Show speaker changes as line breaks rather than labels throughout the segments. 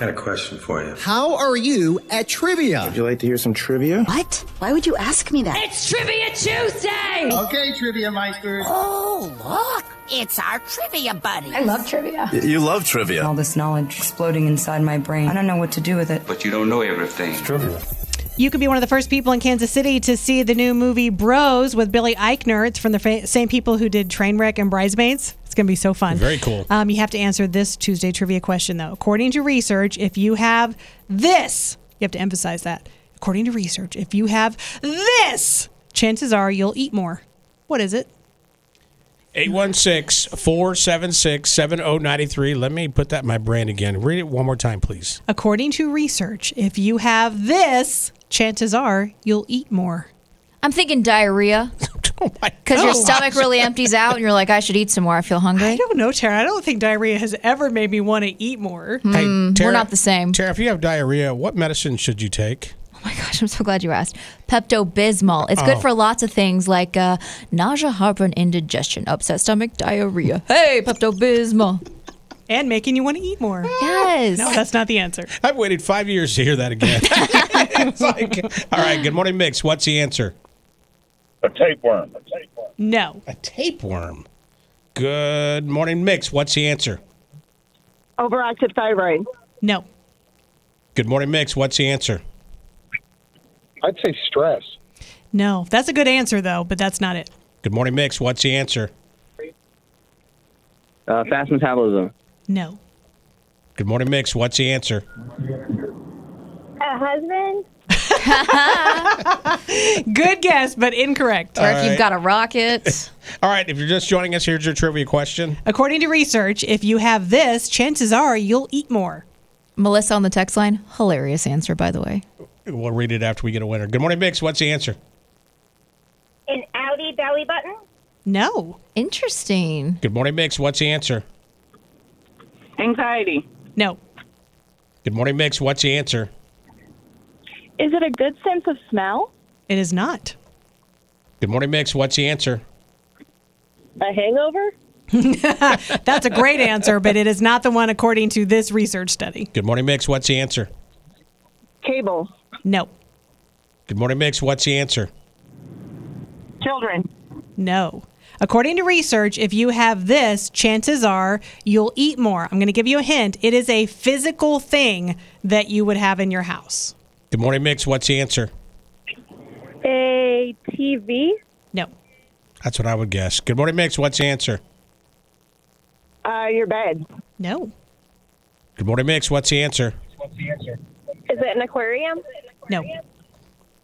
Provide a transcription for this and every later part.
Got a question for you.
How are you at trivia?
Would you like to hear some trivia?
What? Why would you ask me that?
It's Trivia Tuesday!
Okay, Trivia Meister.
Oh, look! It's our trivia buddy.
I love trivia.
You love trivia.
All this knowledge exploding inside my brain. I don't know what to do with it.
But you don't know everything. It's
trivia.
You could be one of the first people in Kansas City to see the new movie Bros with Billy Eichner. It's from the fa- same people who did Trainwreck and Bridesmaids. It's going to be so fun.
Very cool.
Um, you have to answer this Tuesday trivia question, though. According to research, if you have this, you have to emphasize that. According to research, if you have this, chances are you'll eat more. What is it?
816-476-7093. Let me put that in my brain again. Read it one more time, please.
According to research, if you have this, chances are you'll eat more.
I'm thinking diarrhea. Because oh your stomach really empties out and you're like, I should eat some more. I feel hungry.
I don't know, Tara. I don't think diarrhea has ever made me want to eat more.
Hmm.
Hey,
mm, Tara, we're not the same.
Tara, if you have diarrhea, what medicine should you take?
Oh my gosh, I'm so glad you asked. Pepto Bismol. It's good oh. for lots of things like uh, nausea, heartburn, indigestion, upset stomach, diarrhea. Hey, Pepto Bismol.
and making you want to eat more.
Yes.
No, that's not the answer.
I've waited five years to hear that again. it's like, all right, good morning, Mix. What's the answer?
A tapeworm. A tapeworm.
No.
A tapeworm. Good morning, Mix. What's the answer?
Overactive thyroid.
No.
Good morning, Mix. What's the answer?
I'd say stress.
No, that's a good answer though, but that's not it.
Good morning, Mix. What's the answer?
Uh, fast metabolism.
No.
Good morning, Mix. What's the answer?
A husband.
Good guess, but incorrect.
Or if right. you've got a rocket.
All right, if you're just joining us, here's your trivia question.
According to research, if you have this, chances are you'll eat more.
Melissa on the text line, hilarious answer, by the way.
We'll read it after we get a winner. Good morning, Mix. What's the answer?
An Audi belly button?
No.
Interesting.
Good morning, Mix. What's the answer?
Anxiety.
No.
Good morning, Mix. What's the answer?
Is it a good sense of smell?
It is not.
Good morning, Mix. What's the answer?
A hangover?
That's a great answer, but it is not the one according to this research study.
Good morning, Mix. What's the answer?
Cable.
No.
Good morning, Mix. What's the answer?
Children.
No. According to research, if you have this, chances are you'll eat more. I'm going to give you a hint. It is a physical thing that you would have in your house.
Good morning, Mix. What's the answer?
A TV?
No.
That's what I would guess. Good morning, Mix. What's the answer?
Uh, your bed.
No.
Good morning, Mix. What's the answer?
What's the answer? Is it an aquarium?
No.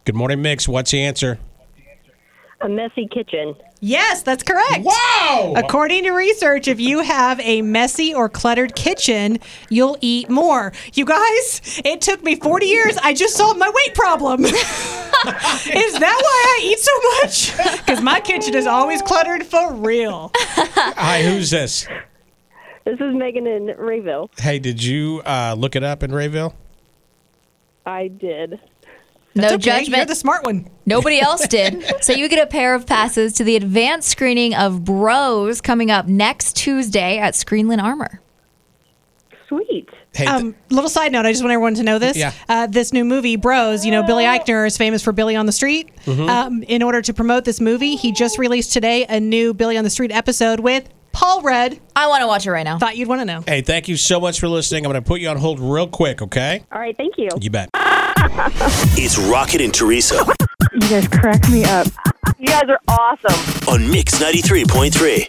Good morning, Mix. What's the answer?
A messy kitchen.
Yes, that's correct.
Wow!
According to research, if you have a messy or cluttered kitchen, you'll eat more. You guys, it took me 40 years. I just solved my weight problem. is that why I eat so much? Because my kitchen is always cluttered for real.
Hi, who's this?
This is Megan in Rayville.
Hey, did you uh, look it up in Rayville?
I did.
That's no okay. judgment.
You're the smart one.
Nobody else did. so you get a pair of passes to the advanced screening of Bros coming up next Tuesday at Screenland Armor.
Sweet.
Hey, um, th- little side note, I just want everyone to know this.
Yeah.
Uh, this new movie, Bros, you know, Billy Eichner is famous for Billy on the Street. Mm-hmm. Um, in order to promote this movie, he just released today a new Billy on the Street episode with Paul Rudd.
I want to watch it right now.
Thought you'd want to know.
Hey, thank you so much for listening. I'm going to put you on hold real quick, okay?
All right, thank you.
You bet.
it's Rocket and Teresa.
You guys crack me up.
You guys are awesome.
On Mix 93.3.